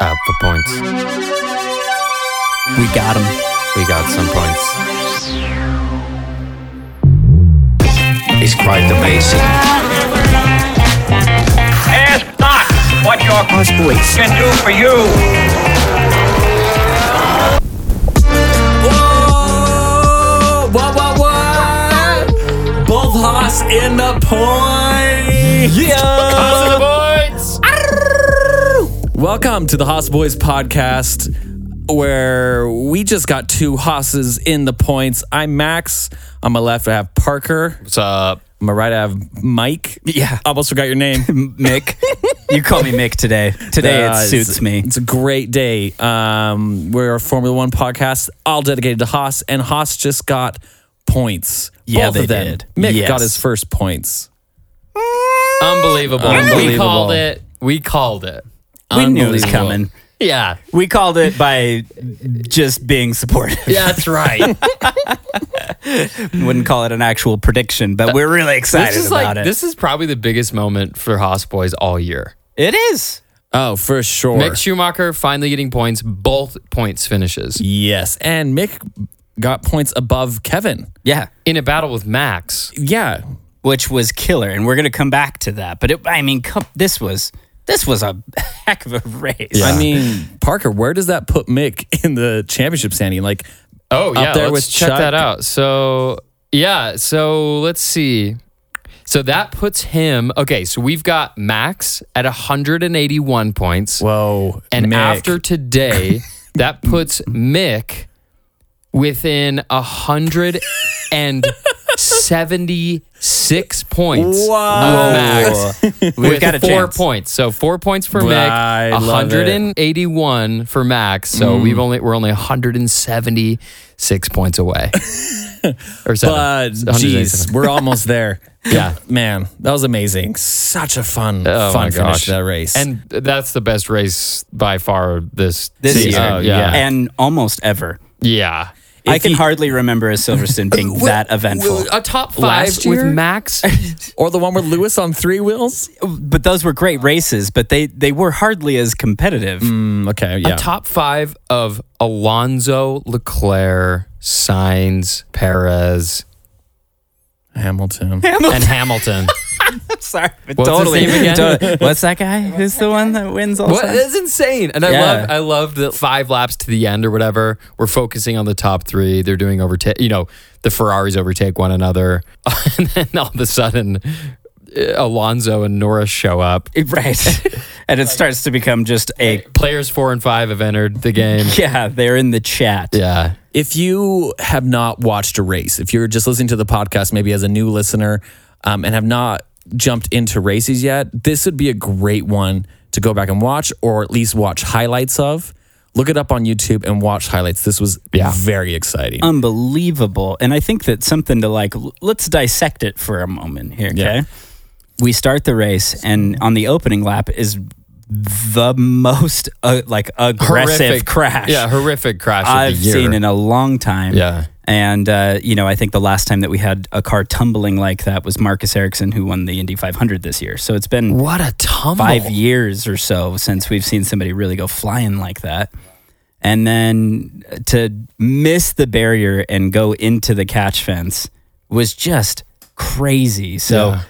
Up for points. We got him. We got some points. He's quite the basic. Ask not what your Us boys. can do for you. Whoa! What, what, what? Both Haas in the point. Yeah. Points. Welcome to the Haas Boys podcast, where we just got two Haas's in the points. I'm Max. On my left, I have Parker. What's up? On my right, I have Mike. Yeah. Almost forgot your name. Mick. you call me Mick today. Today Uh, it it's- suits me. It's a great day. Um, we're a Formula One podcast, all dedicated to Haas, and Haas just got points. Yeah, Both they of them. did. Mick Yes. got his first points. Unbelievable. We Unbelievable. called it. We called it. We knew it was Unbelievable. coming. Yeah. We called it by just being supportive. Yeah, that's right. Wouldn't call it an actual prediction, but we're really excited this is like about it. this is probably the biggest moment for Haas boys all year. it is. Oh, for sure. Mick Schumacher finally getting points, both points finishes yes, and Mick got points above Kevin. Yeah. in a battle with Max. Yeah, Which was killer, and we're gonna come back to that. But it, I mean, come, this was this was a heck of a race. I mean Parker, where does that put Mick in the championship standing? Like, Oh yeah, there let's with check Chuck. that out. So yeah, so let's see. So that puts him okay. So we've got Max at 181 points, whoa! and Mick. after today, that puts Mick within 176 points Wow. of Max. We've with got a four chance. points. So four points for Mick, I love it. Mm. 181 for Max. So we've only we're only 176 points away. or But seven. jeez, 177. uh, we're almost there. Yeah. man, that was amazing. Such a fun, Oh my fun finish gosh. to that race. And that's the best race by far this this season. year, Oh, yeah. and almost ever. yeah. I can hardly remember a Silverstone being that eventful. A top five Last with year? Max. or the one with Lewis on three wheels. but those were great races, but they they were hardly as competitive. Mm, okay, A top five of Alonso, Leclerc, Signs, Perez, Hamilton. and Hamilton. Sorry, but What's his totally. name again? totally- What's that guy? Who's the one that wins all What? the time? That's insane. And I Yeah. love I love that five laps to the end or whatever. We're focusing on the top three. They're doing overtake. You know, the Ferraris overtake one another, and then all of a sudden, uh, Alonso and Norris show up. Right, and it starts to become just a Players four and five have entered the game. yeah. They're in the chat. Yeah, If you have not watched a race, if you're just listening to the podcast, maybe as a new listener, um, and have not jumped into races yet, this would be a great one to go back and watch, or at least watch highlights of. Look it up on YouTube and watch highlights. This was very exciting. Unbelievable, and I think that's something to like. l- Let's dissect it for a moment here. Okay, Yeah. we start the race, and on the opening lap is the most uh, like aggressive crash. Yeah, horrific crash. of I've the year. seen in a long time. Yeah. And, uh, you know, I think the last time that we had a car tumbling like that was Marcus Erickson, who won the Indy 500 this year. So it's been What a tumble! five years or so since we've seen somebody really go flying like that. And then to miss the barrier and go into the catch fence was just crazy. So,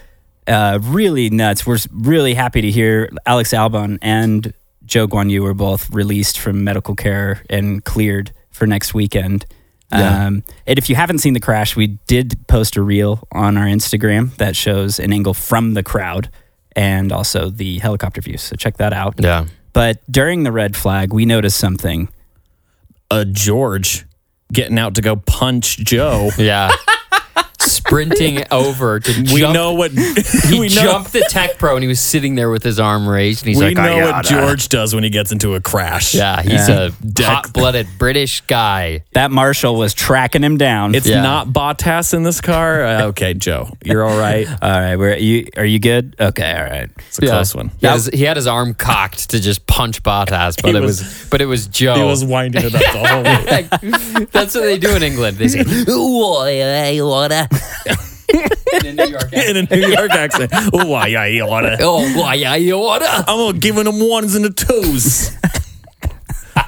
uh, really nuts. We're s- really happy to hear Alex Albon and Joe Guan Yu were both released from medical care and cleared for next weekend. Um, and if you haven't seen the crash, we did post a reel on our Instagram that shows an angle from the crowd and also the helicopter view. So check that out. Yeah, But during the red flag, we noticed something. uh, George getting out to go punch Joe. yeah. Sprinting over to we jump. know what he we know, jumped the tech pro and he was sitting there with his arm raised and he's we like, "I know what gotta." George does when he gets into a crash. Yeah, he's Yeah. a hot-blooded British guy. That marshal was tracking him down. It's Yeah. not Bottas in this car. Uh, okay, Joe, you're all right. all right. We're, you, are you good? Okay. All right. It's a close one. He, had his, he had his arm cocked to just punch Bottas, but it was, but it was Joe. He was winding it up the whole way. That's what they do in England. They say, "Ooh, I wanna." in New York. in a New York accent. Oh, why, yeah, you wanna. Oh, why, yeah, you wanna? I'm gonna give them ones and the twos.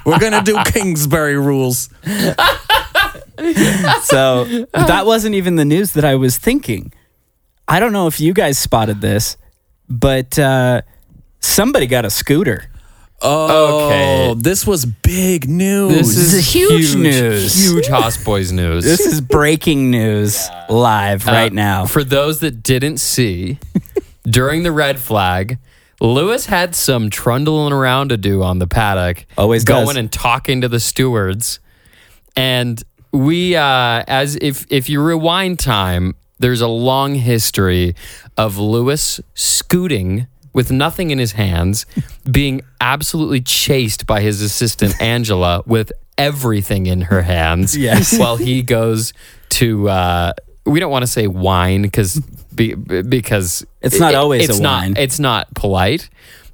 We're gonna do Kingsbury rules. So that wasn't even the news that I was thinking. I don't know if you guys spotted this, but uh, somebody got a scooter. Oh, Okay. this was big news. This is is huge news. Huge Hoss Boys news. This is breaking news live Uh, right now. For those that didn't see, during the red flag, Lewis had some trundling around to do on the paddock. Always going does. and talking to the stewards. And we, uh, as if if you rewind time, there's a long history of Lewis scooting with nothing in his hands, being absolutely chased by his assistant Angela with everything in her hands. Yes. while he goes to. Uh, we don't want to say wine because be, because It's not always it's a not wine. it's not polite.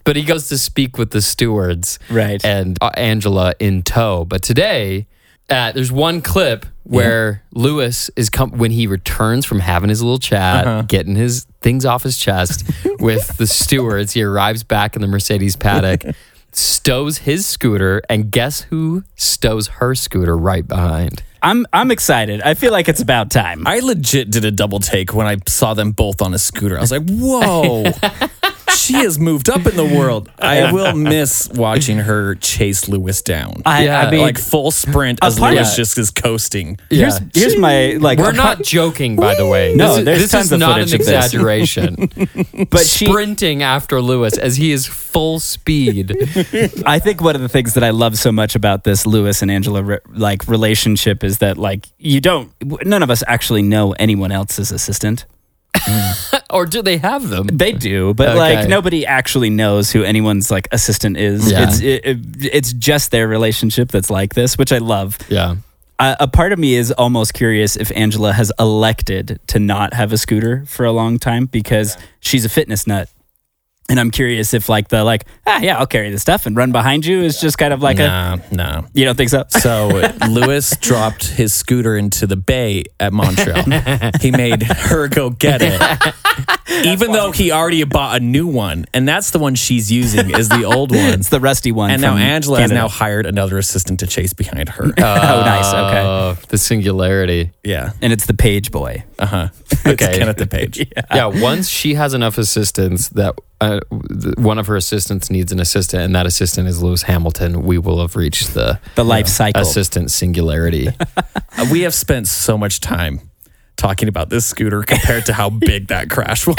But he goes to speak with the stewards, Right. And uh, Angela in tow. But today, uh, there's one clip where Lewis is com- when he returns from having his little chat, Uh-huh. getting his things off his chest with the stewards. He arrives back in the Mercedes paddock, stows his scooter, and guess who stows her scooter right behind? I'm I'm excited. I feel like it's about time. I legit did a double take when I saw them both on a scooter. I was like, whoa. She has moved up in the world. I will miss watching her chase Lewis down. I, Yeah, I mean, like full sprint as Apart- Lewis Yeah. just is coasting. here's yeah. here's my like. We're apart- not joking, by the way. No, this is, there's this tons is of not footage an of this. exaggeration. but she, Sprinting after Lewis as he is full speed. I think one of the things that I love so much about this Lewis and Angela re- like relationship is that like you don't none of us actually know anyone else's assistant. or do they have them? They do, but Okay. like nobody actually knows who anyone's like assistant is. Yeah. It's it, it, it's just their relationship that's like this, which I love. Yeah. Uh, a part of me is almost curious if Angela has elected to not have a scooter for a long time because she's a fitness nut. And I'm curious if like the like ah yeah I'll carry this stuff and run behind you is just kind of like a Nah, nah. you don't think so So Lewis dropped his scooter into the bay at Montreal. he made her go get it. Even though he already bought a new one, and that's the one she's using is the old one. It's the rusty one. And now from Angela Canada. has now hired another assistant to chase behind her. Uh, Oh, nice. Okay. Oh, the singularity. yeah. And it's the page boy. Uh-huh. Okay. Okay. It's Kenneth the Page. Yeah. Once she has enough assistants that uh, th- one of her assistants needs an assistant, and that assistant is Lewis Hamilton, we will have reached the The life cycle. assistant singularity. Uh, We have spent so much time talking about this scooter compared to how big that crash was.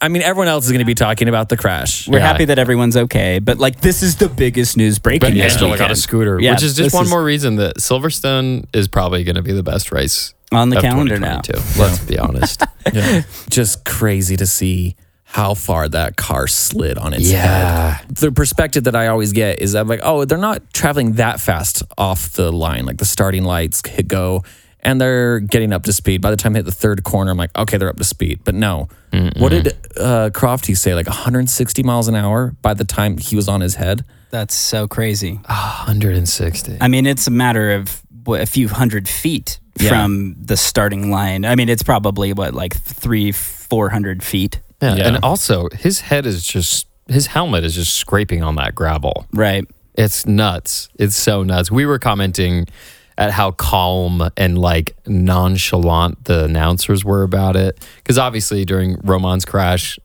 I mean, everyone else is going to be talking about the crash. We're Yeah. happy that everyone's okay, but like this is the biggest news breaking. this Angela got a weekend. scooter, Yeah, which is this just one more reason that Silverstone is probably going to be the best race On the of calendar now. 2022. Let's be honest. Yeah. Just crazy to see how far that car slid on its Yeah. head. The perspective that I always get is I'm like, oh, they're not traveling that fast off the line, like the starting lights hit go, and they're getting up to speed. By the time they hit the third corner, I'm like, okay, they're up to speed. But no, what did uh, Crofty say? Like 160 miles an hour by the time he was on his head. That's so crazy. Ah. 160. I mean, it's a matter of what, a few hundred feet Yeah. from the starting line. I mean, it's probably what like three, four hundred feet. Yeah. Yeah. And also, his head is just, his helmet is just scraping on that gravel. Right. It's nuts. It's so nuts. We were commenting at how calm and like nonchalant the announcers were about it. Because obviously during Roman's crash,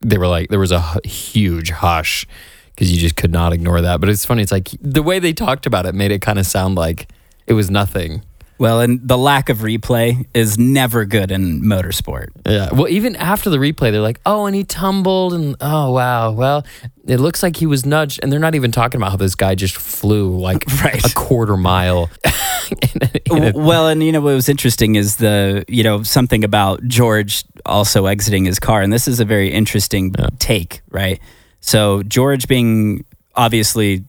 they were like, there was a hu- huge hush because you just could not ignore that. But it's funny. It's like the way they talked about it made it kind of sound like it was nothing. Well, and the lack of replay is never good in motorsport. Yeah. Well, even after the replay, they're like, oh, and he tumbled, and oh, wow. Well, it looks like he was nudged. And they're not even talking about how this guy just flew like Right. a quarter mile. in a- in a- well, and you know what was interesting is the you know something about George also exiting his car, and this is a very interesting take, right? So George being obviously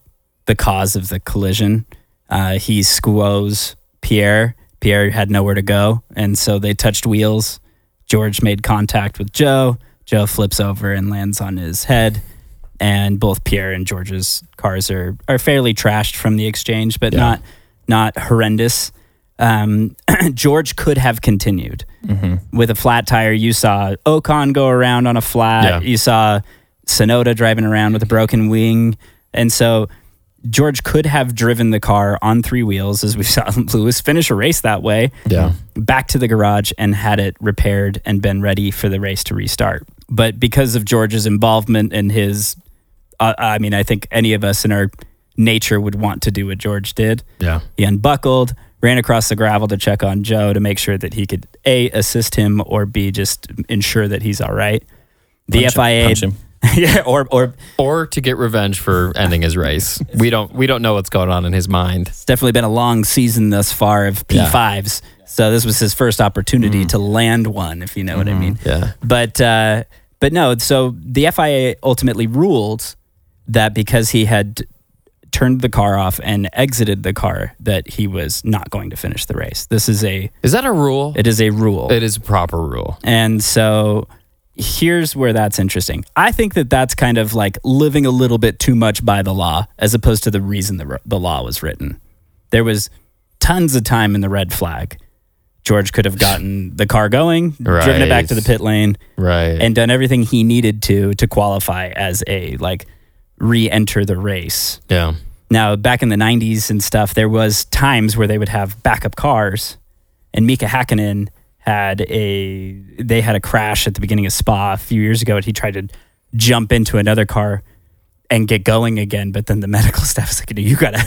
the cause of the collision, uh, he squoze Pierre. Pierre had nowhere to go, and so they touched wheels. George made contact with Joe. Joe flips over and lands on his head. And both Pierre and George's cars are, are fairly trashed from the exchange, but not not horrendous. um, George could have continued with a flat tire. You saw Ocon go around on a flat. Yeah. You saw Sonoda driving around with a broken wing, and so George could have driven the car on three wheels, as we saw Lewis finish a race that way Yeah. back to the garage and had it repaired and been ready for the race to restart. But because of George's involvement and his, uh, I mean, I think any of us in our nature would want to do what George did. Yeah. He unbuckled, ran across the gravel to check on Joe to make sure that he could A, assist him, or B, just ensure that he's all right. The Punch him- FIA. punch him. yeah, or, or Or to get revenge for ending his race. We don't we don't know what's going on in his mind. it's definitely been a long season thus far of P5s. So this was his first Mm. opportunity to land one, if you know what Mm-hmm. I mean. Yeah. But uh, but no, so the FIA ultimately ruled that because he had turned the car off and exited the car, that he was not going to finish the race. This is a Is that a rule? it is a rule, it is a proper rule. and so here's where that's interesting. I think that that's kind of like living a little bit too much by the law, as opposed to the reason the r- the law was written. There was tons of time in the red flag. George could have gotten the car going, driven it back Right. to the pit lane, Right. and done everything he needed to to qualify as a like re-enter the race. yeah. Now, back in the 90s and stuff, there was times where they would have backup cars and Mika Hakkinen had a they had a crash at the beginning of Spa a few years ago and he tried to jump into another car and get going again, but then the medical staff was like, "You got to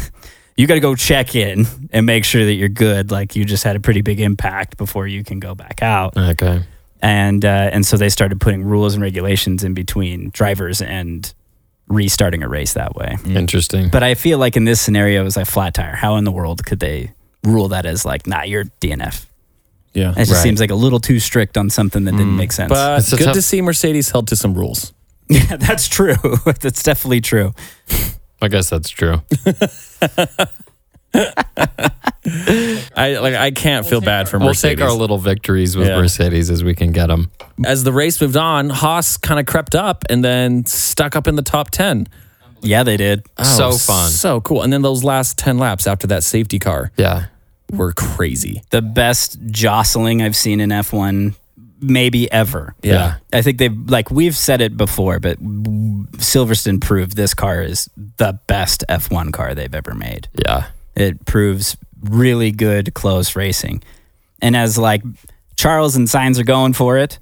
you got to go check in and make sure that you're good. Like you just had a pretty big impact before you can go back out." Okay. and uh, and so they started putting rules and regulations in between drivers and restarting a race that way. Mm. Interesting. But I feel like in this scenario, it was like flat tire. How in the world could they rule that as like, nah, you're DNF? Yeah. It just Right. Mm. seems like a little too strict on something that didn't make sense. But It's a good tough- to see Mercedes held to some rules. yeah, that's true. that's definitely true. I guess that's true. I like I can't feel bad for We'll Mercedes. take our little victories with Yeah. Mercedes as we can get them. As the race moved on, Haas kind of crept up and then stuck up in the top 10. Yeah, they did. so Oh, fun. So cool. And then those last 10 laps after that safety car Yeah. were crazy. The best jostling I've seen in F1 maybe ever. Yeah. I think they've like we've said it before, but Silverstone proved this car is the best F1 car they've ever made. Yeah. It proves really good close racing, and as like Charles and Signs are going for it,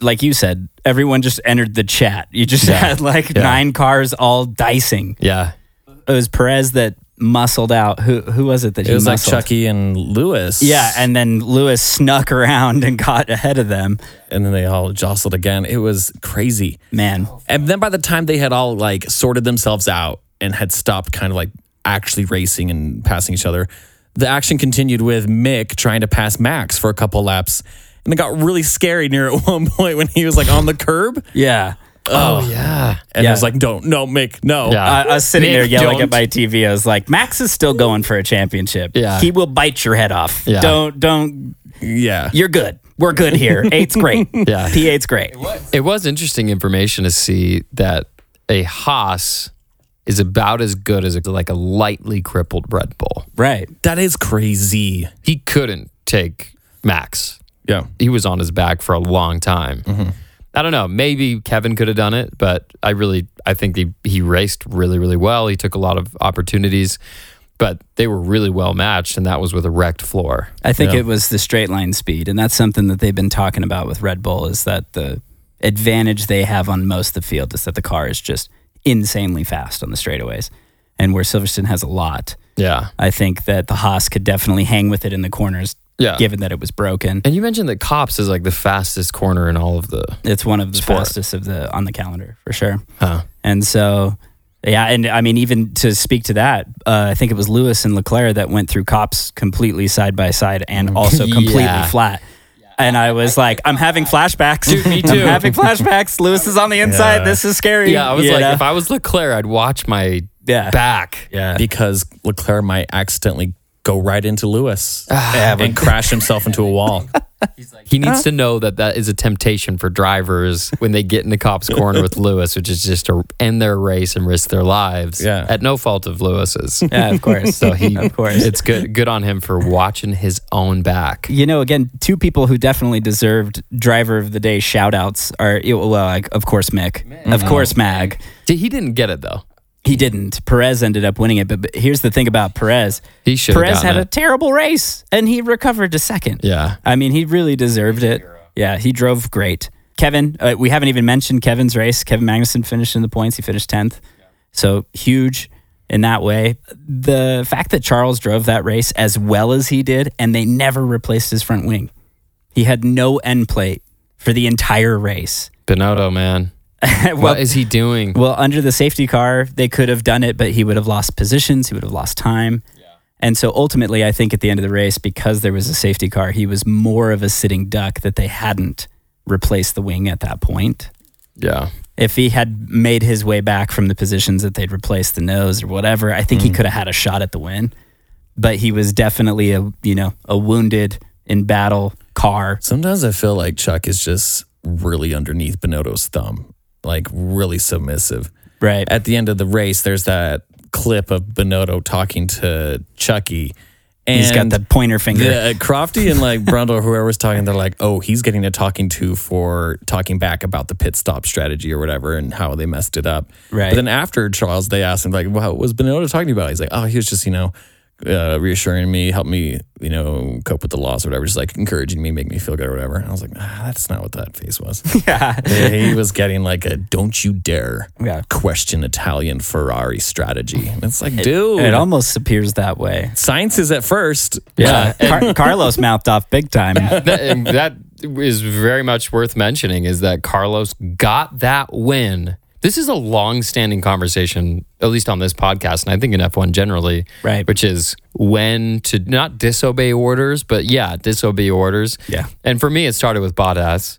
like you said, everyone just entered the chat. You just had like nine cars all dicing. Yeah. It was Perez that muscled out. Who who was it that It was like muscled? Chucky and Lewis. Yeah, and then Lewis snuck around and got ahead of them. and then they all jostled again. It was crazy. Man, And then by the time they had all like sorted themselves out and had stopped kind of like actually racing and passing each other, the action continued with Mick trying to pass Max for a couple laps. And it got really scary near at one point when he was like on the curb. yeah. Oh yeah. And Yeah. I was like, don't, no, Mick, no. Yeah. I, I was sitting there Nick, yelling don't. at my TV. I was like, "Max is still going for a championship. Yeah. he will bite your head off. Yeah. Don't, don't. Yeah. You're good. We're good here. Eight's great. Yeah. P eight's great. It was interesting information to see that a Haas is about as good as a, like a lightly crippled Red Bull. Right. That is crazy. He couldn't take Max. Yeah. He was on his back for a long time. I don't know. Maybe Kevin could have done it, but I really, I think he, he raced really, really well. He took a lot of opportunities, but they were really well matched, and that was with a wrecked floor. I think it was the straight line speed, and that's something that they've been talking about with Red Bull is that the advantage they have on most of the field is that the car is just insanely fast on the straightaways, and where Silverstone has a lot. Yeah. I think that the Haas could definitely hang with it in the corners, Yeah. given that it was broken. And you mentioned that Cops is like the fastest corner in all of the. It's one of the Sport. fastest of the on the calendar for sure. Huh. And so, yeah, and I mean, even to speak to that, uh, I think it was Lewis and Leclerc that went through cops completely side by side and also completely Mm. Yeah. flat. And I was like, I'm having flashbacks. Dude, me too. I'm having flashbacks. Lewis is on the inside. This is scary. Yeah, I was you like, know? if I was Leclerc, I'd watch my Yeah. back. yeah. Because Leclerc might accidentally go right into Lewis Yeah, but- and crash himself into a wall. He needs to know that that is a temptation for drivers when they get in the cops' corner with Lewis, which is just to end their race and risk their lives Yeah. at no fault of Lewis's. yeah, of course. So he, of course. it's good. Good on him for watching his own back. you know, again, two people who definitely deserved driver of the day shout outs are, well, like, of course, Mick, of Mm-hmm. course, Mag. See, he didn't get it though. He didn't. Perez ended up winning it. But, but here's the thing about Perez He should. Perez had a it. terrible race and he recovered to second. Yeah. I mean, he really deserved it. Yeah, he drove great. Kevin, uh, we haven't even mentioned Kevin's race. Kevin Magnuson finished in the points. He finished 10th. So huge in that way. The fact that Charles drove that race as well as he did, and they never replaced his front wing, he had no end plate for the entire race. Benotto, man. well, what is he doing? well, under the safety car, they could have done it, but he would have lost positions. He would have lost time. And so ultimately, I think at the end of the race, because there was a safety car, he was more of a sitting duck that they hadn't replaced the wing at that point. Yeah. If he had made his way back from the positions that they'd replaced the nose or whatever, I think he could have had a shot at the win. But he was definitely a you know a wounded in battle car. Sometimes I feel like Chuck is just really underneath Benotto's thumb, like really submissive. Right. At the end of the race, there's that clip of Benotto talking to Chucky. And He's got the pointer finger. Yeah, uh, Crofty and like Brundle or whoever was talking, they're like, oh, he's getting a talking to for talking back about the pit stop strategy or whatever and how they messed it up. Right. But then after Charles, they asked him, like, well, what was Benota talking about? He's like, oh, he was just, you know, uh, reassuring me, help me, you know, cope with the loss or whatever, just like encouraging me, make me feel good or whatever. And I was like, ah, that's not what that face was. Yeah. he was getting like a don't you dare Yeah. question Italian Ferrari strategy. And it's like, dude, It almost appears that way. science is at first. Yeah. Uh, Car- Carlos mouthed off big time. that, and that is very much worth mentioning is that Carlos got that win. This is a long-standing conversation, at least on this podcast, and I think in F1 generally, Right. Which is when to not disobey orders, but yeah, disobey orders. Yeah. And for me, it started with Bottas,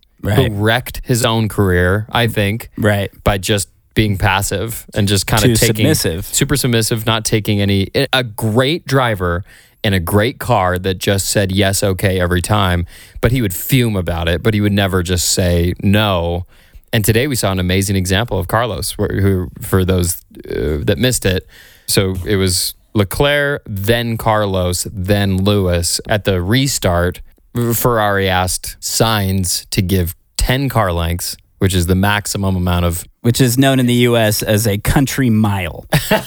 who Right. wrecked his own career, I think, Right. by just being passive and just kind Too of taking submissive. super submissive, not taking any. A great driver in a great car that just said yes, okay every time, but he would fume about it, but he would never just say no. And today we saw an amazing example of Carlos, wh- who for those uh, that missed it, so it was Leclerc, then Carlos, then Lewis at the restart. Ferrari asked signs to give 10 car lengths, which is the maximum amount of which is known in the U.S. as a country mile. Uh,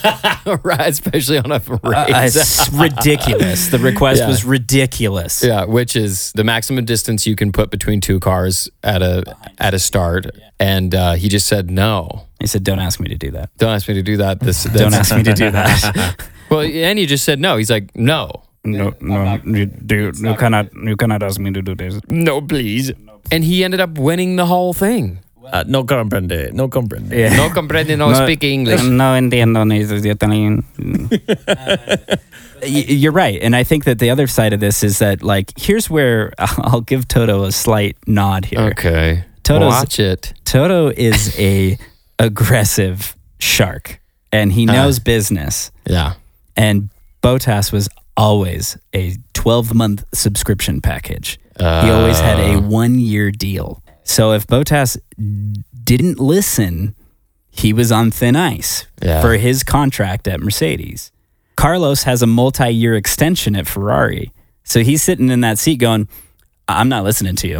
Right, especially on a race. it's ridiculous. The request was ridiculous. yeah, which is the maximum distance you can put between two cars at a at a start, and uh, he just said no. He said, "Don't ask me to do that. Don't ask me to do that. This Don't that's- ask me to do that. Well, and you just said no. He's like no, No, no, you, do, you cannot, you cannot ask me to do this. no, please. And he ended up winning the whole thing. Uh, no comprende, no comprende. Yeah. No comprende, no, No. speak English. No entiendo ni de Italian. Y- You're right." And I think that the other side of this is that, like, here's where I'll give Toto a slight nod here. Okay, Toto's- watch it. Toto is a aggressive shark, and he knows business. Yeah, and Botas was always a 12 month subscription package. he always had Oh. a one year deal. So if Botas didn't listen, he was on thin ice Yeah. for his contract at Mercedes. Carlos has a multi year extension at Ferrari. So he's sitting in that seat going, "I- I'm not listening to you. you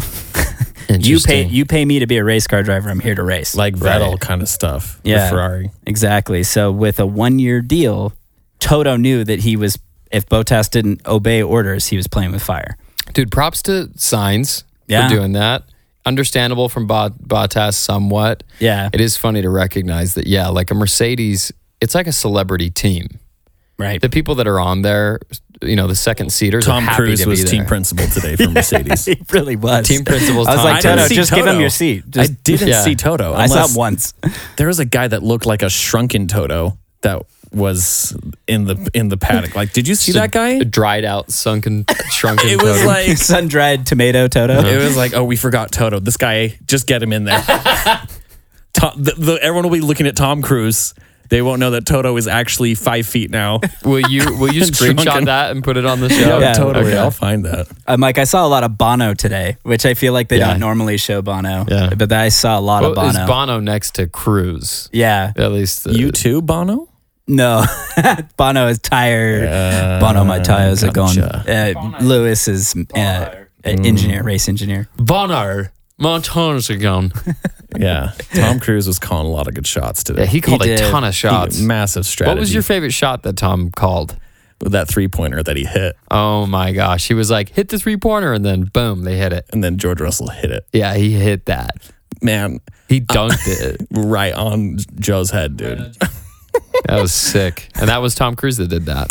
pay Interesting. you pay me to be a race car driver. I'm here to race. like Vettel kind of stuff. with Yeah. Ferrari. Exactly. So with a one year deal, Toto knew that he was if Botas didn't obey orders, he was playing with fire. Dude, props to signs Yeah. for doing that. Understandable from Bot- Bottas somewhat. Yeah. It is funny to recognize that, yeah, like a Mercedes, it's like a celebrity team. Right. The people that are on there, you know, the second seaters. are Tom happy Cruise to be was there. team principal today for Mercedes. He really was. Team principals. I was Tom like, Cruise. Toto, just give him your seat. Just, I didn't yeah. see Toto. I saw unless him once. There was a guy that looked like a shrunken Toto that was in the in the paddock. Like, did you see that guy? A dried out, sunken, shrunken. It was Toto. like Sun dried tomato Toto. it was like, oh, we forgot Toto. This guy, just get him in there. Tom, the, the, everyone will be looking at Tom Cruise. They won't know that Toto is actually five feet now. Will you will you screenshot Drunken. that and put it on the show? Yeah, totally. Okay. I'll find that. I'm like, I saw a lot of Bono today, which I feel like they Yeah. don't normally show Bono. Yeah. But I saw a lot of Well, Bono. Is Bono next to Cruz? yeah. At least uh, You too, Bono? No. Bono is tired. Bono, my tires are gone. Uh, Lewis is uh, an engineer, race engineer. Bono. Montanus again. Yeah. Tom Cruise was calling a lot of good shots today. Yeah, he called a did. ton of shots. Massive strategy. What was your favorite shot that Tom called? with that three pointer that he hit? Oh my gosh. He was like, hit the three pointer, and then boom, they hit it. And then George Russell hit it. Yeah, he hit that. Man, He dunked it. right on Joe's head, dude. That was sick. And that was Tom Cruise that did that.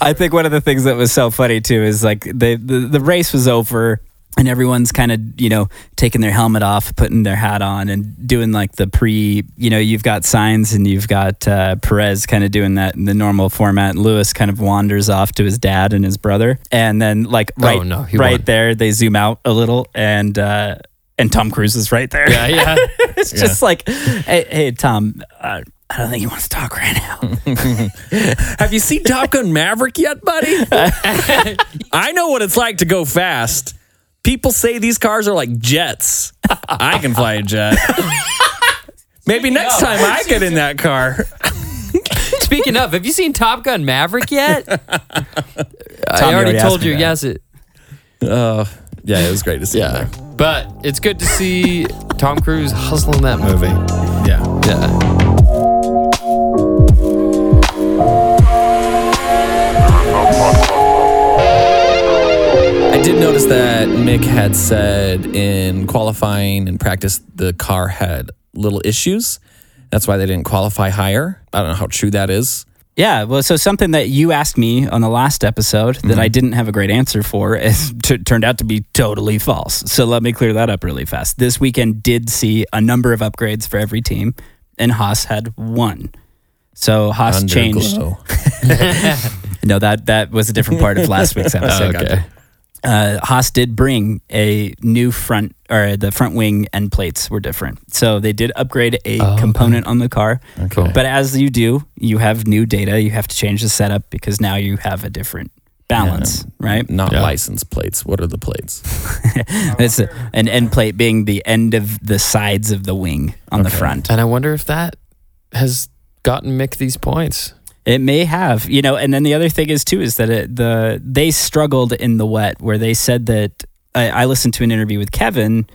I think one of the things that was so funny too is like the the, the race was over and everyone's kind of you know taking their helmet off, putting their hat on, and doing like the pre you know you've got signs and you've got uh, Perez kind of doing that in the normal format. And Lewis kind of wanders off to his dad and his brother, and then like right Oh, no, he right won. there they zoom out a little and. uh and Tom Cruise is right there. Yeah, yeah. it's just like, hey, hey Tom, uh, I don't think he wants to talk right now. Have you seen Top Gun Maverick yet, buddy? I know what it's like to go fast. People say these cars are like jets. I can fly a jet. Maybe next time I get in that car. Speaking of, have you seen Top Gun Maverick yet? I already already told asked me you, that. yes. It, Yeah, it was great to see Uh, yeah. Uh, But it's good to see Tom Cruise hustling that movie. there. Yeah. Yeah. I did notice that Mick had said in qualifying and practice the car had little issues. That's why they didn't qualify higher. I don't know how true that is. Yeah, well, so something that you asked me on the last episode that I didn't have a great answer for is t- turned out to be totally false. So let me clear that up really fast. This weekend did see a number of upgrades for every team, and Haas had one. So Haas changed. Underglow. No, that that was a different part of last week's episode. Oh, Okay. Uh, Haas did bring a new front, or the front wing end plates were different. So they did upgrade a Oh, component on the car. Cool. But as you do, you have new data. You have to change the setup because now you have a different balance, right? Not Yeah. license plates. What are the plates? It's a- an end plate being the end of the sides of the wing on the front. And I wonder if that has gotten Mick these points. It may have, you know. And then the other thing is too is that it, the they struggled in the wet where they said that I, I listened to an interview with Kevin.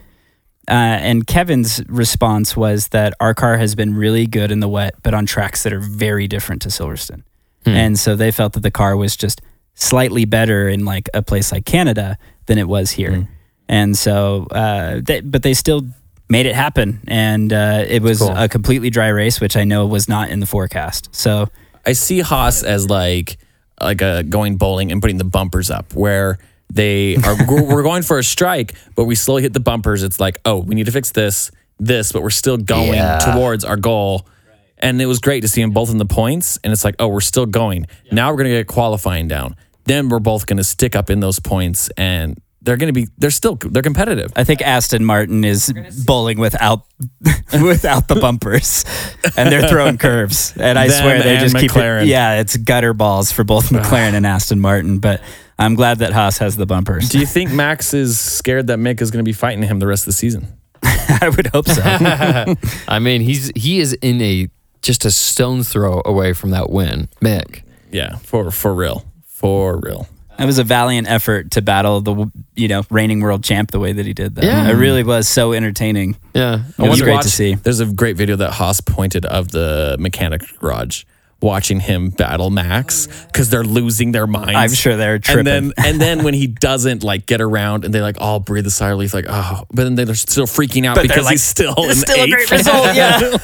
Uh, and Kevin's response was that our car has been really good in the wet, but on tracks that are very different to Silverstone. And so they felt that the car was just slightly better in like a place like Canada than it was here. And so, uh, they, but they still made it happen. And uh, it was a completely dry race, which I know was not in the forecast. So I see Haas as like like a going bowling and putting the bumpers up where they are we're we're going for a strike, but we slowly hit the bumpers. It's like, oh, we need to fix this, this, but we're still going towards our goal. And it was great to see them both in the points. And it's like, oh, we're still going. Now we're gonna get qualifying down. Then we're both gonna stick up in those points and they're gonna be they're still they're competitive. I think Aston Martin is bowling without without the bumpers, and they're throwing curves. And I Them swear they and just keep McLaren. it. Yeah, it's gutter balls for both McLaren and Aston Martin. But I'm glad that Haas has the bumpers. Do you think Max is scared that Mick is gonna be fighting him the rest of the season? I would hope so. I mean, he's he is in a just a stone throw away from that win, Mick. Yeah, for for real. For real. It was a valiant effort to battle the you know reigning world champ the way that he did. Though. Yeah. it really was so entertaining. Yeah. It was Once great watch- to see. There's a great video that Haas pointed of the mechanic garage watching him battle Max because they're losing their minds. I'm sure they're tripping. And then, and then when he doesn't like get around and they like all breathe a sigh of relief, like, oh, but then they're still freaking out because he's still in still a eighth. great result. Yeah.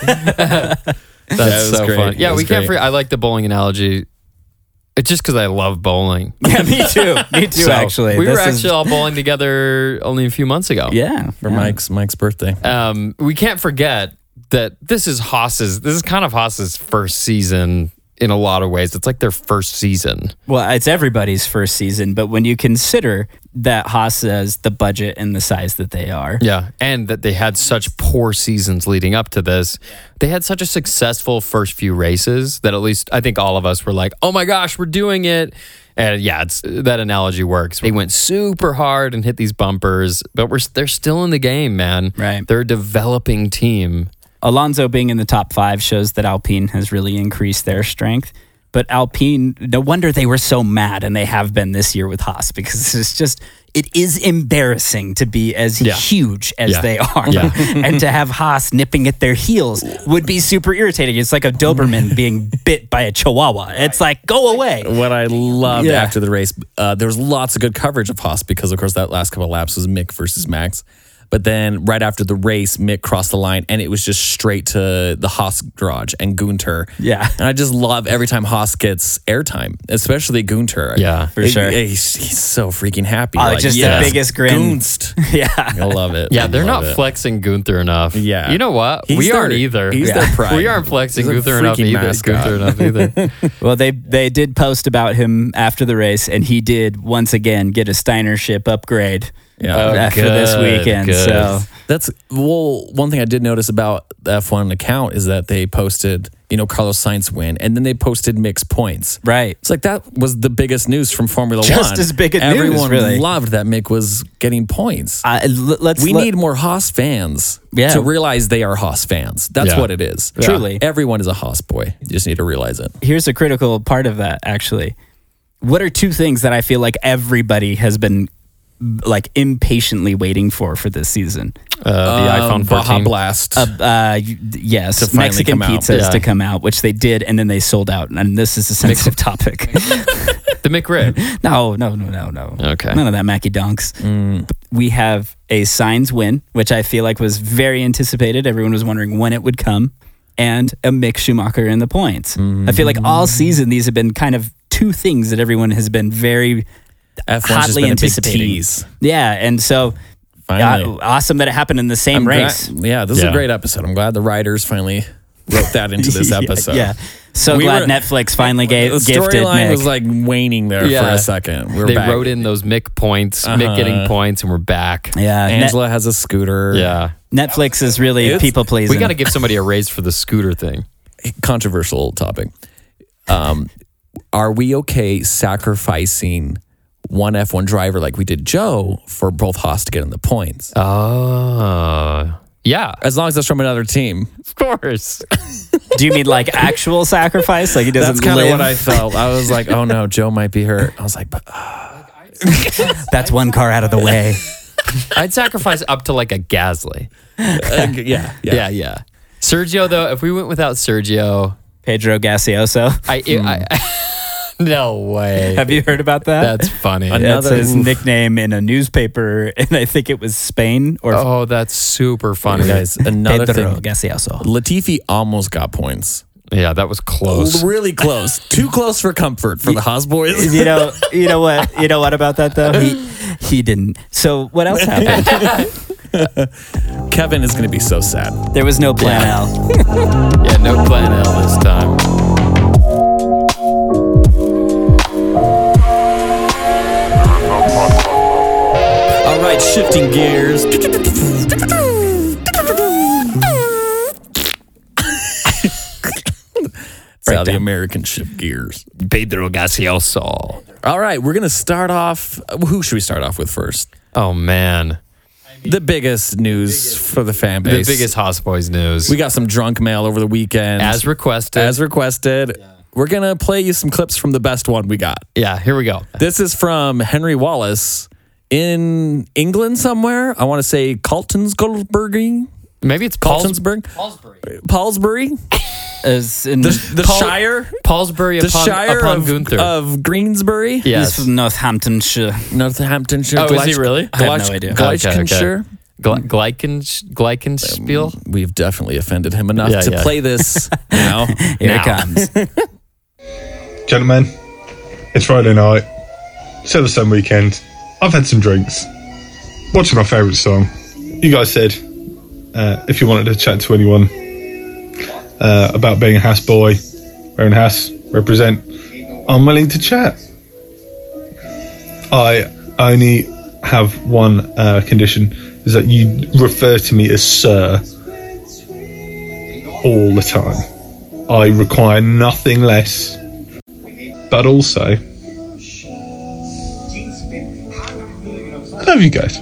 That's was so great. fun. Yeah, That we was can't great. forget. I like the bowling analogy. It's just because I love bowling. yeah, me too. Me too. So, actually, we were This actually is- all bowling together only a few months ago. yeah. For Mike's Mike's birthday. Um, we can't forget that this is Haas's. This is kind of Haas's first season in a lot of ways. It's like their first season. Well, it's everybody's first season, but when you consider that Haas says the budget and the size that they are. Yeah, and that they had such poor seasons leading up to this. They had such a successful first few races that at least I think all of us were like, "Oh my gosh, we're doing it!" And yeah, it's, that analogy works. They went super hard and hit these bumpers, but we're they're still in the game, man. Right. They're a developing team. Alonso being in the top five shows that Alpine has really increased their strength. But Alpine, no wonder they were so mad, and they have been this year with Haas because it's just it is embarrassing to be as Yeah. huge as Yeah. they are, Yeah. and to have Haas nipping at their heels would be super irritating. It's like a Doberman being bit by a Chihuahua. It's like go away. What I loved Yeah. after the race, uh, there was lots of good coverage of Haas because, of course, that last couple of laps was Mick versus Max. But then right after the race, Mick crossed the line and it was just straight to the Haas garage and Gunter. Yeah. And I just love every time Haas gets airtime, especially Gunter. Yeah, for sure. He's, he's so freaking happy. Oh, just the biggest grin. Gunst. Yeah. I love it. Yeah, I they're love not it. flexing Gunther enough. Yeah. you know what? He's we aren't their- either. he's their pride. We aren't flexing He's a Gunther enough freaking either. mascot. Gunther enough either. Well, they they did post about him after the race, and he did once again get a Steiner ship upgrade Yeah. uh, Oh, after this good, weekend. good. So That's well. One thing I did notice about the F1 account is that they posted, you know, Carlos Sainz win, and then they posted mixed points. right, It's like that was the biggest news from Formula Just One. as big a news, Everyone really. loved that Mick was getting points. uh, l- let's we let- need more Haas fans Yeah. to realize they are Haas fans. That's Yeah. what it is. Truly. everyone is a Haas boy. You just need to realize it. here's a critical part of that actually. What are two things that I feel like everybody has been like impatiently waiting for for this season? Uh, the Um, iPhone 14. Baja Blast. Uh, y- yes, finally Mexican come out. pizzas Yeah. to come out, which they did, and then they sold out. And this is a sensitive topic. the McRib. No, no, no, no, no. Okay. None of that Mackey Donks. Mm. We have a signs win, which I feel like was very anticipated. Everyone was wondering when it would come, and a Mick Schumacher in the points. I feel like Mm. all season these have been kind of two things that everyone has been very F1's just hotly been a big anticipating. tease. Yeah, and so Finally. uh, awesome that it happened in the same I'm glad- race. yeah, this is Yeah. a great episode. I'm glad the writers finally wrote that into this episode. Yeah. So We glad were- Netflix finally gave the gifted storyline Mick. was like waning there for Yeah. a second. We're they back. Uh-huh. wrote in those Mick points, Mick getting points, and we're back. yeah, Net- Angela has a scooter. Yeah. Netflix is really It's- people pleasing. We got to give somebody a raise for the scooter thing. controversial topic. Um, are we okay sacrificing one F1 driver like we did Joe for both Haas to get in the points? Oh. Yeah, As long as that's from another team. of course. Do you mean like actual sacrifice? Like he doesn't That's kind of live? what I felt. I was like, oh no, Joe might be hurt. I was like, but That's one car out of the way. I'd sacrifice up to like a Gasly. uh, yeah, yeah. Yeah, yeah. Sergio, though, if we went without Sergio, Pedro Gaseoso. I, I, Hmm. no way. Have you heard about that? That's funny. That's another- his oof. nickname in a newspaper, and I think it was Spain or Oh, that's super funny. Guys, another Pedro thing. Gaseoso. Latifi almost got points. Yeah, that was close. Really close. Too close for comfort for the Haas boys. You know, you know what, you know what about that though. He, he didn't. So what else happened? Kevin is going to be so sad. There was no plan L. Yeah, no plan L this time. All right, shifting gears. How the American shift gears. Pedro Gaseoso. All right, we're gonna start off. Who should we start off with first? Oh, man. The biggest news for the fan The base. biggest Hoss Boys news. We got some drunk mail over the weekend, As requested. As requested. We're gonna play you some clips from the best one we got. yeah, here we go. This is from Henry Wallace in England somewhere. I want to say Coltonsburg. Maybe it's Paul's, Coltonsburg. Paulsbury. Paulsbury. As in, The, the Paul- Shire. Paulsbury The upon, Shire upon of, Gunther. of Greensbury. he's yes. from Northamptonshire. Northamptonshire. Oh, is he really? I have no idea. Okay, okay. Gleichkenshire. Gl- Gleichen Gleichenspiel. We've definitely offended him enough Yeah, to yeah. play this. You know, Here Now. it comes. Gentlemen, it's Friday night, Silverstone weekend. I've had some drinks, watching my favourite song. You guys said uh, if you wanted to chat to anyone uh, about being a house boy, wearing a house, represent, I'm willing to chat. I only have one uh, condition: is that you refer to me as Sir all the time. I require nothing less. But also, I love you guys.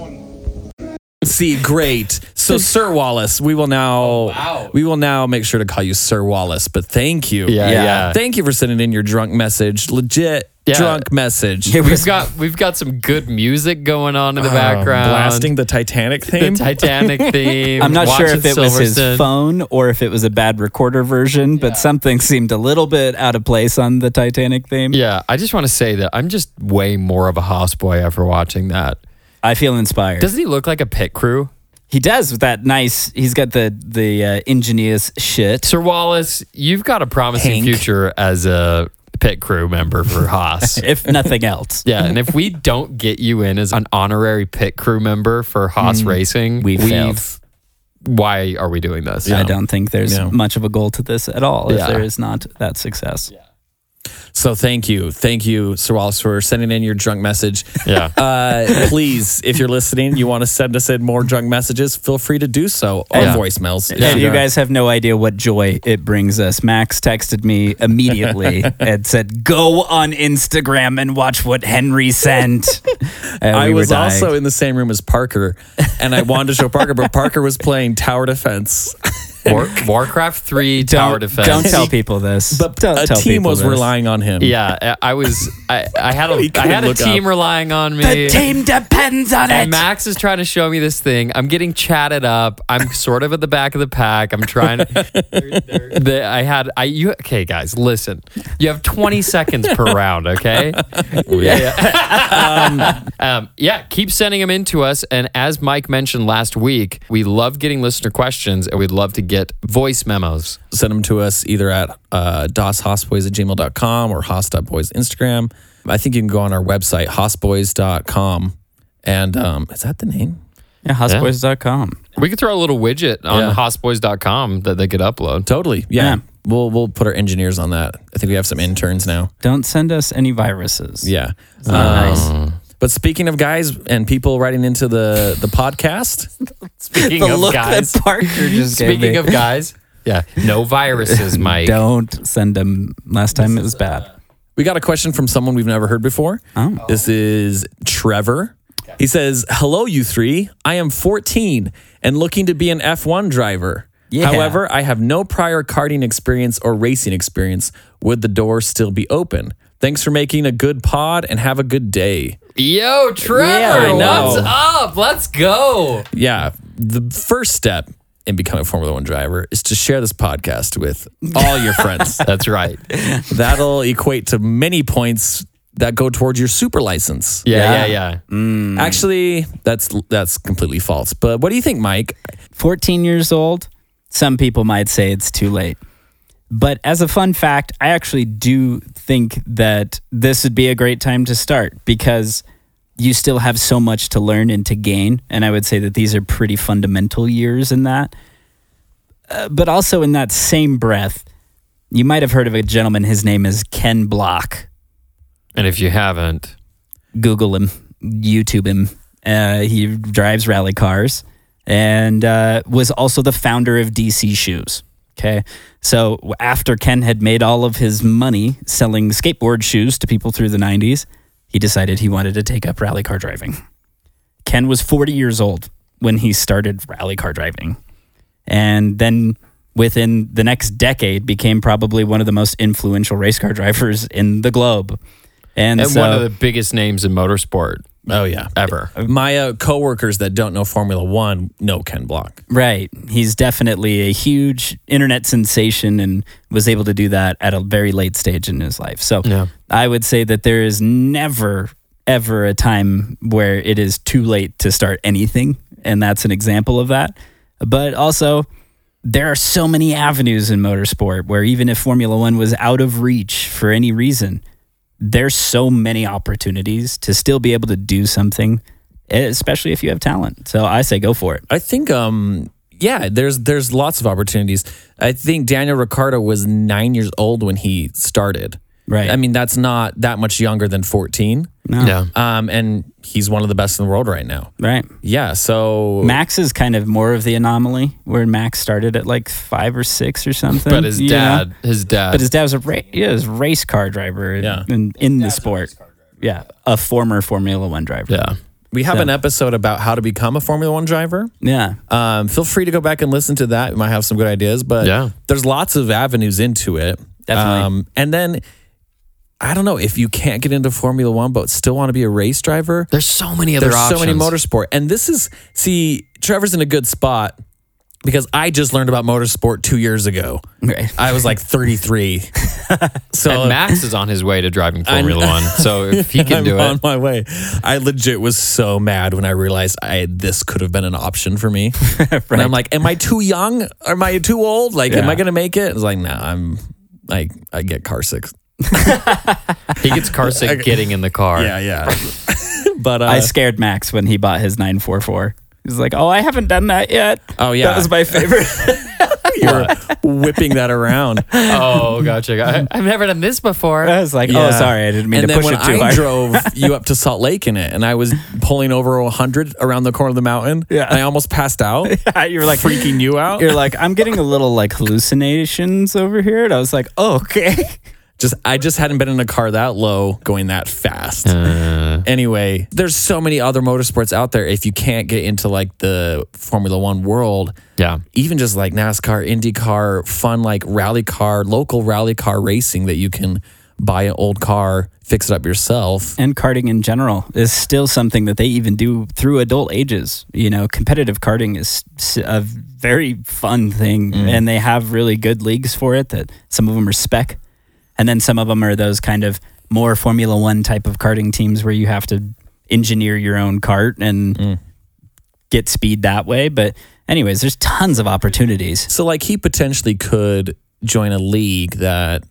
See, great. So, Sir Wallace, we will now we will now make sure to call you Sir Wallace. But thank you, Yeah, yeah. thank you for sending in your drunk message, legit Yeah. drunk message. We've got we've got some good music going on in the background. blasting the Titanic the theme. Titanic theme. I'm not sure watching if it was his Silverstone. phone or if it was a bad recorder version, but something seemed a little bit out of place on the Titanic theme. Yeah, I just want to say that I'm just way more of a houseboy after watching that. I feel inspired. Doesn't he look like a pit crew? he does with that nice. He's got the the uh, ingenious shit. Sir Wallace, you've got a promising Hank. future as a pit crew member for Haas. If nothing else, yeah, and if we don't get you in as an honorary pit crew member for Haas Racing, Mm, we failed. why are we doing this? I don't think there's Yeah. much of a goal to this at all. Yeah. If there is not that success, So, thank you, thank you, Sir Wallace, for sending in your drunk message. Yeah. Uh, please, if you're listening, you want to send us in more drunk messages, feel free to do so or Yeah. voicemails. if And you are- guys have no idea what joy it brings us. Max texted me immediately and said, "Go on Instagram and watch what Henry sent." And I we were was dying. also in the same room as Parker, and I wanted to show Parker, but Parker was playing Tower Defense. War- Warcraft 3 Tower don't, Defense. Don't tell people this. But don't a tell team people was this. relying on him. Yeah, I I was I, I had a I couldn't had a look team up. relying on me. The team depends on it. And Max is trying to show me this thing. I'm getting chatted up. I'm sort of at the back of the pack. I'm trying. The- I had I you okay guys? Listen, you have 20 seconds per round. Okay. Oh, Yeah. um, um, yeah. Keep sending them in to us. And as Mike mentioned last week, we love getting listener questions, and we'd love to get voice memos. Send them to us either at uh, doshossboys at gmail.com or hoss.boys Instagram. I think you can go on our website, hossboys.com. And um, is that the name? yeah, houseboys.com. We could throw a little widget on Yeah. hossboys.com that they could upload. Totally. Yeah. Yeah. We'll, we'll put our engineers on that. I think we have some interns now. Don't send us any viruses. Yeah. Um, nice. But speaking of guys and people writing into the, the podcast, Speaking The of look guys, that Parker just gave speaking me. of guys, yeah, no viruses, Mike. don't send them. Last time it was bad. We got a question from someone we've never heard before. Oh. This is Trevor. He says, Hello, you three. I am 14 and looking to be an F1 driver. Yeah. However, I have no prior karting experience or racing experience. Would the door still be open? Thanks for making a good pod and have a good day. Yo, Trevor, Yeah, I know. what's up? Let's go. Yeah, the first step in becoming a Formula One driver is to share this podcast with all your friends. That's right. Yeah, That'll equate to many points that go towards your super license. yeah, yeah. Actually, that's that's completely false. But what do you think, Mike? 14 years old, some people might say it's too late. But as a fun fact, I actually do think that this would be a great time to start because you still have so much to learn and to gain. And I would say that these are pretty fundamental years in that. Uh, but also, in that same breath, you might have heard of a gentleman. His name is Ken Block. And if you haven't, Google him, YouTube him. Uh, he drives rally cars and uh, was also the founder of DC Shoes. Okay. So after Ken had made all of his money selling skateboard shoes to people through the 90s, he decided he wanted to take up rally car driving. Ken was 40 years old when he started rally car driving. And then within the next decade became probably one of the most influential race car drivers in the globe. And, and so, one of the biggest names in motorsport Oh yeah. ever. My uh, coworkers that don't know Formula One know Ken Block. Right. He's definitely a huge internet sensation and was able to do that at a very late stage in his life. So Yeah. I would say that there is never, ever a time where it is too late to start anything. And that's an example of that. But also, there are so many avenues in motorsport where even if Formula One was out of reach for any reason, there's so many opportunities to still be able to do something, especially if you have talent. So I say go for it. I think um yeah, there's there's lots of opportunities. I think Daniel Ricciardo was 9 years old when he started. Right. I mean, that's not that much younger than 14. No. Yeah. Um, and he's one of the best in the world right now. Right. Yeah. So Max is kind of more of the anomaly where Max started at like five or six or something. But his you know? dad, his dad, But his dad was a ra- yeah, his race car driver Yeah. in, in the sport. Yeah. A former Formula One driver. yeah, we have an episode about how to become a Formula One driver. Yeah. Um, feel free to go back and listen to that. You might have some good ideas, but Yeah. there's lots of avenues into it. Um, Definitely. and then I don't know if you can't get into Formula One, but still want to be a race driver. there's so many other There's options. so many motorsport, and this is see Trevor's in a good spot because I just learned about motorsport two years ago. Right. I was like 33, so And Max is on his way to driving Formula One, so if he can I'm do on it, my way. I legit was so mad when I realized I this could have been an option for me. And I'm like, am I too young? Am I too old? Like, am I going to make it? It's like, nah, I'm like, I get car sick. he gets car sick getting in the car. yeah. but uh, I scared Max when he bought his 944. He's like, oh, I haven't done that yet. Oh, yeah. That was my favorite. you're whipping that around. Oh, gotcha. I, I've never done this before. I was like, oh, Yeah. sorry. I didn't mean and to then push when it too I hard. drove you up to Salt Lake in it, and I was pulling over 100 around the corner of the mountain. Yeah. and I almost passed out. you were like Freaking you out. You're like, I'm getting a little like hallucinations over here. And I was like, oh, okay. just I just hadn't been in a car that low going that fast. Uh, Anyway, there's so many other motorsports out there. If you can't get into like the Formula One world, Yeah. even just like NASCAR, IndyCar, fun like rally car, local rally car racing that you can buy an old car, fix it up yourself. and karting in general is still something that they even do through adult ages. You know, competitive karting is s- a very fun thing, and they have really good leagues for it. That some of them are spec, and then some of them are those kind of more Formula One type of karting teams where you have to engineer your own cart and get speed that way. But, anyways, there's tons of opportunities. So like he potentially could join a league that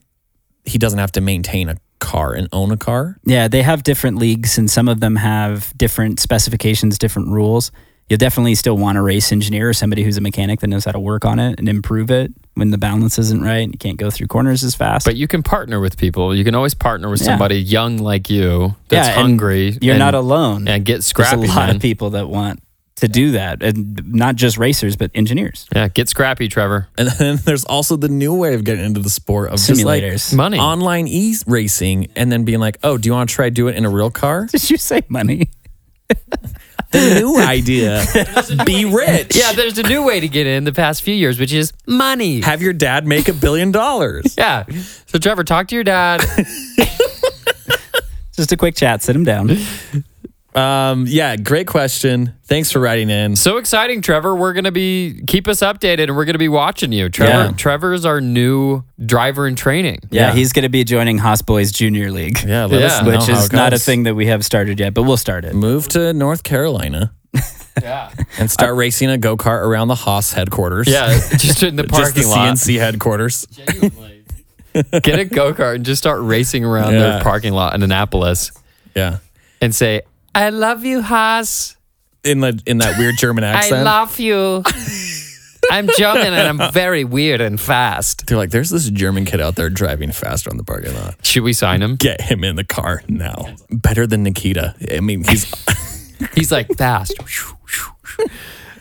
he doesn't have to maintain a car and own a car. Yeah, they have different leagues, and some of them have different specifications, different rules. You'll definitely still want a race engineer or somebody who's a mechanic that knows how to work on it and improve it when the balance isn't right. and You can't go through corners as fast. But you can partner with people. You can always partner with Yeah. somebody young like you that's Yeah, and hungry. you're and- not alone. and get There's scrappy. a lot man. of people that want to do that, and not just racers, but engineers, Yeah, get scrappy, Trevor. And then there's also the new way of getting into the sport of just like simulators. Money. online e racing and then being like, oh, do you want to try do it in a real car? Did you say money? The new idea. Be rich. yeah, there's a new way to get in the past few years, which is money. Have your dad make a billion dollars. Yeah. So, Trevor, talk to your dad. Just a quick chat. Sit him down. Um, yeah, great question. Thanks for writing in. so exciting, Trevor. We're going to be, keep us updated and we're going to be watching you. Trevor, Yeah. Trevor's our new driver in training. Yeah, Yeah. he's going to be joining Haas Boys Junior League, Yeah, let us Yeah. know which how is it not a goes. thing that we have started yet, but we'll start it. Move to North Carolina. And start racing a go kart around the Haas headquarters. Yeah, just in the Just the parking lot. CNC headquarters. Get a go kart and just start racing around the Yeah. their parking lot in Annapolis Yeah. and say, I love you, Haas. In the in that weird German accent. I love you. I'm German and I'm very weird and fast. They're like, there's this German kid out there driving faster on the parking lot. Should we sign him? get him in the car now. Better than Nikita. I mean, he's He's like fast.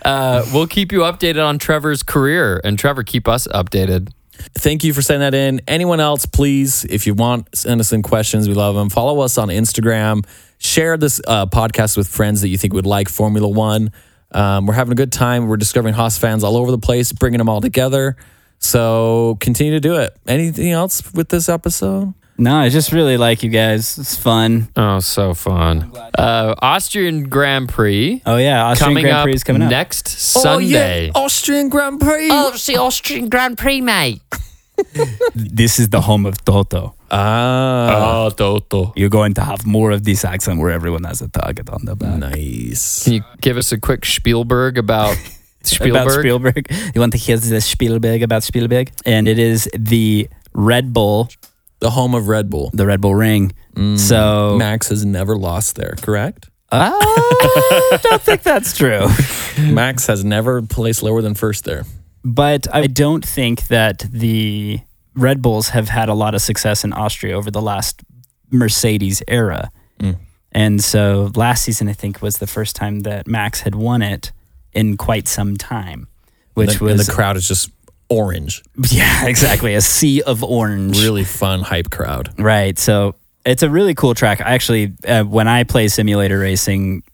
Uh, we'll keep you updated on Trevor's career, and Trevor, keep us updated. thank you for sending that in. Anyone else, please, if you want, send us in questions. We love them. Follow us on Instagram. Share this uh, podcast with friends that you think would like Formula One. Um, we're having a good time. We're discovering Haas fans all over the place, bringing them all together. So continue to do it. Anything else with this episode? No, I just really like you guys. It's fun. Oh, so fun! Uh, Austrian Grand Prix Oh yeah, Austrian coming Grand up Prix is coming up. next Sunday. Oh, Austrian Grand Prix. Oh, it's the Austrian Grand Prix, mate. This is the home of Toto. Uh, Ah, Oh, Toto! You're going to have more of this accent where everyone has a target on the back. nice. Can you give us a quick Spielberg about Spielberg? About Spielberg. You want to hear the Spielberg about Spielberg? And it is the Red Bull, The home of Red Bull. the Red Bull ring. So Max has never lost there, correct? I don't think that's true. Max has never placed lower than first there. But I don't think that the Red Bulls have had a lot of success in Austria over the last Mercedes era. Mm. And so last season, I think, was the first time that Max had won it in quite some time, which and the, and was, the crowd is just orange. yeah, exactly, a sea of orange. Really fun hype crowd. Right. So it's a really cool track. I actually, uh, when I play simulator racing,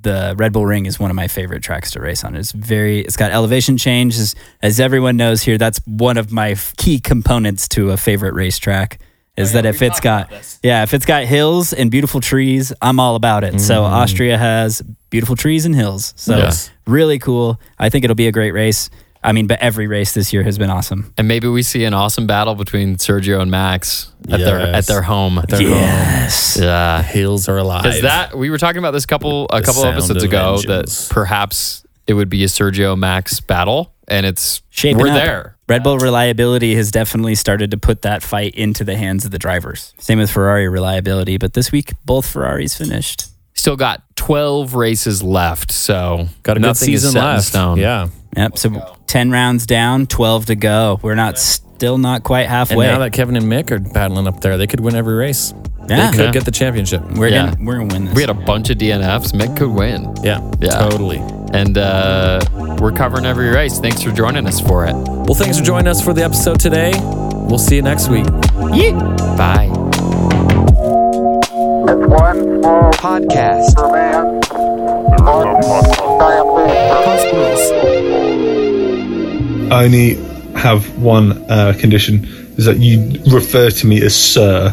the Red Bull Ring is one of my favorite tracks to race on. It's very, it's got elevation change. As, as everyone knows here, that's one of my f- key components to a favorite racetrack. Is that if it's got, yeah, if it's got hills and beautiful trees, I'm all about it. So Austria has beautiful trees and hills. So Yes. really cool. I think it'll be a great race. I mean, but every race this year has been awesome. And maybe we see an awesome battle between Sergio and Max at their Yes. at their home. Yes. Yeah. Hills are alive. Because that we were talking about this couple a The couple sound episodes of ago vengeance. that perhaps it would be a Sergio Max battle, and it's shaping we're up. there. Red Bull reliability has definitely started to put that fight into the hands of the drivers. Same with Ferrari reliability, but this week both Ferraris finished. Still got twelve races left, so Got a good nothing is season set in left. stone. Yeah. Yep. So ten rounds down, twelve to go. We're not still not quite And halfway. now that Kevin and Mick are battling up there, they could win every race. Yeah. They could Yeah. get the championship. we're Yeah. gonna we're gonna win this. We had a bunch of DNFs. Mick could win, Yeah, Yeah. totally. and uh, we're covering every race. Thanks for joining us for it. Well, thanks for joining us for the episode today. We'll see you next week. Bye. One small Podcast. for man, giant thing for I only have one uh, condition: is that you refer to me as Sir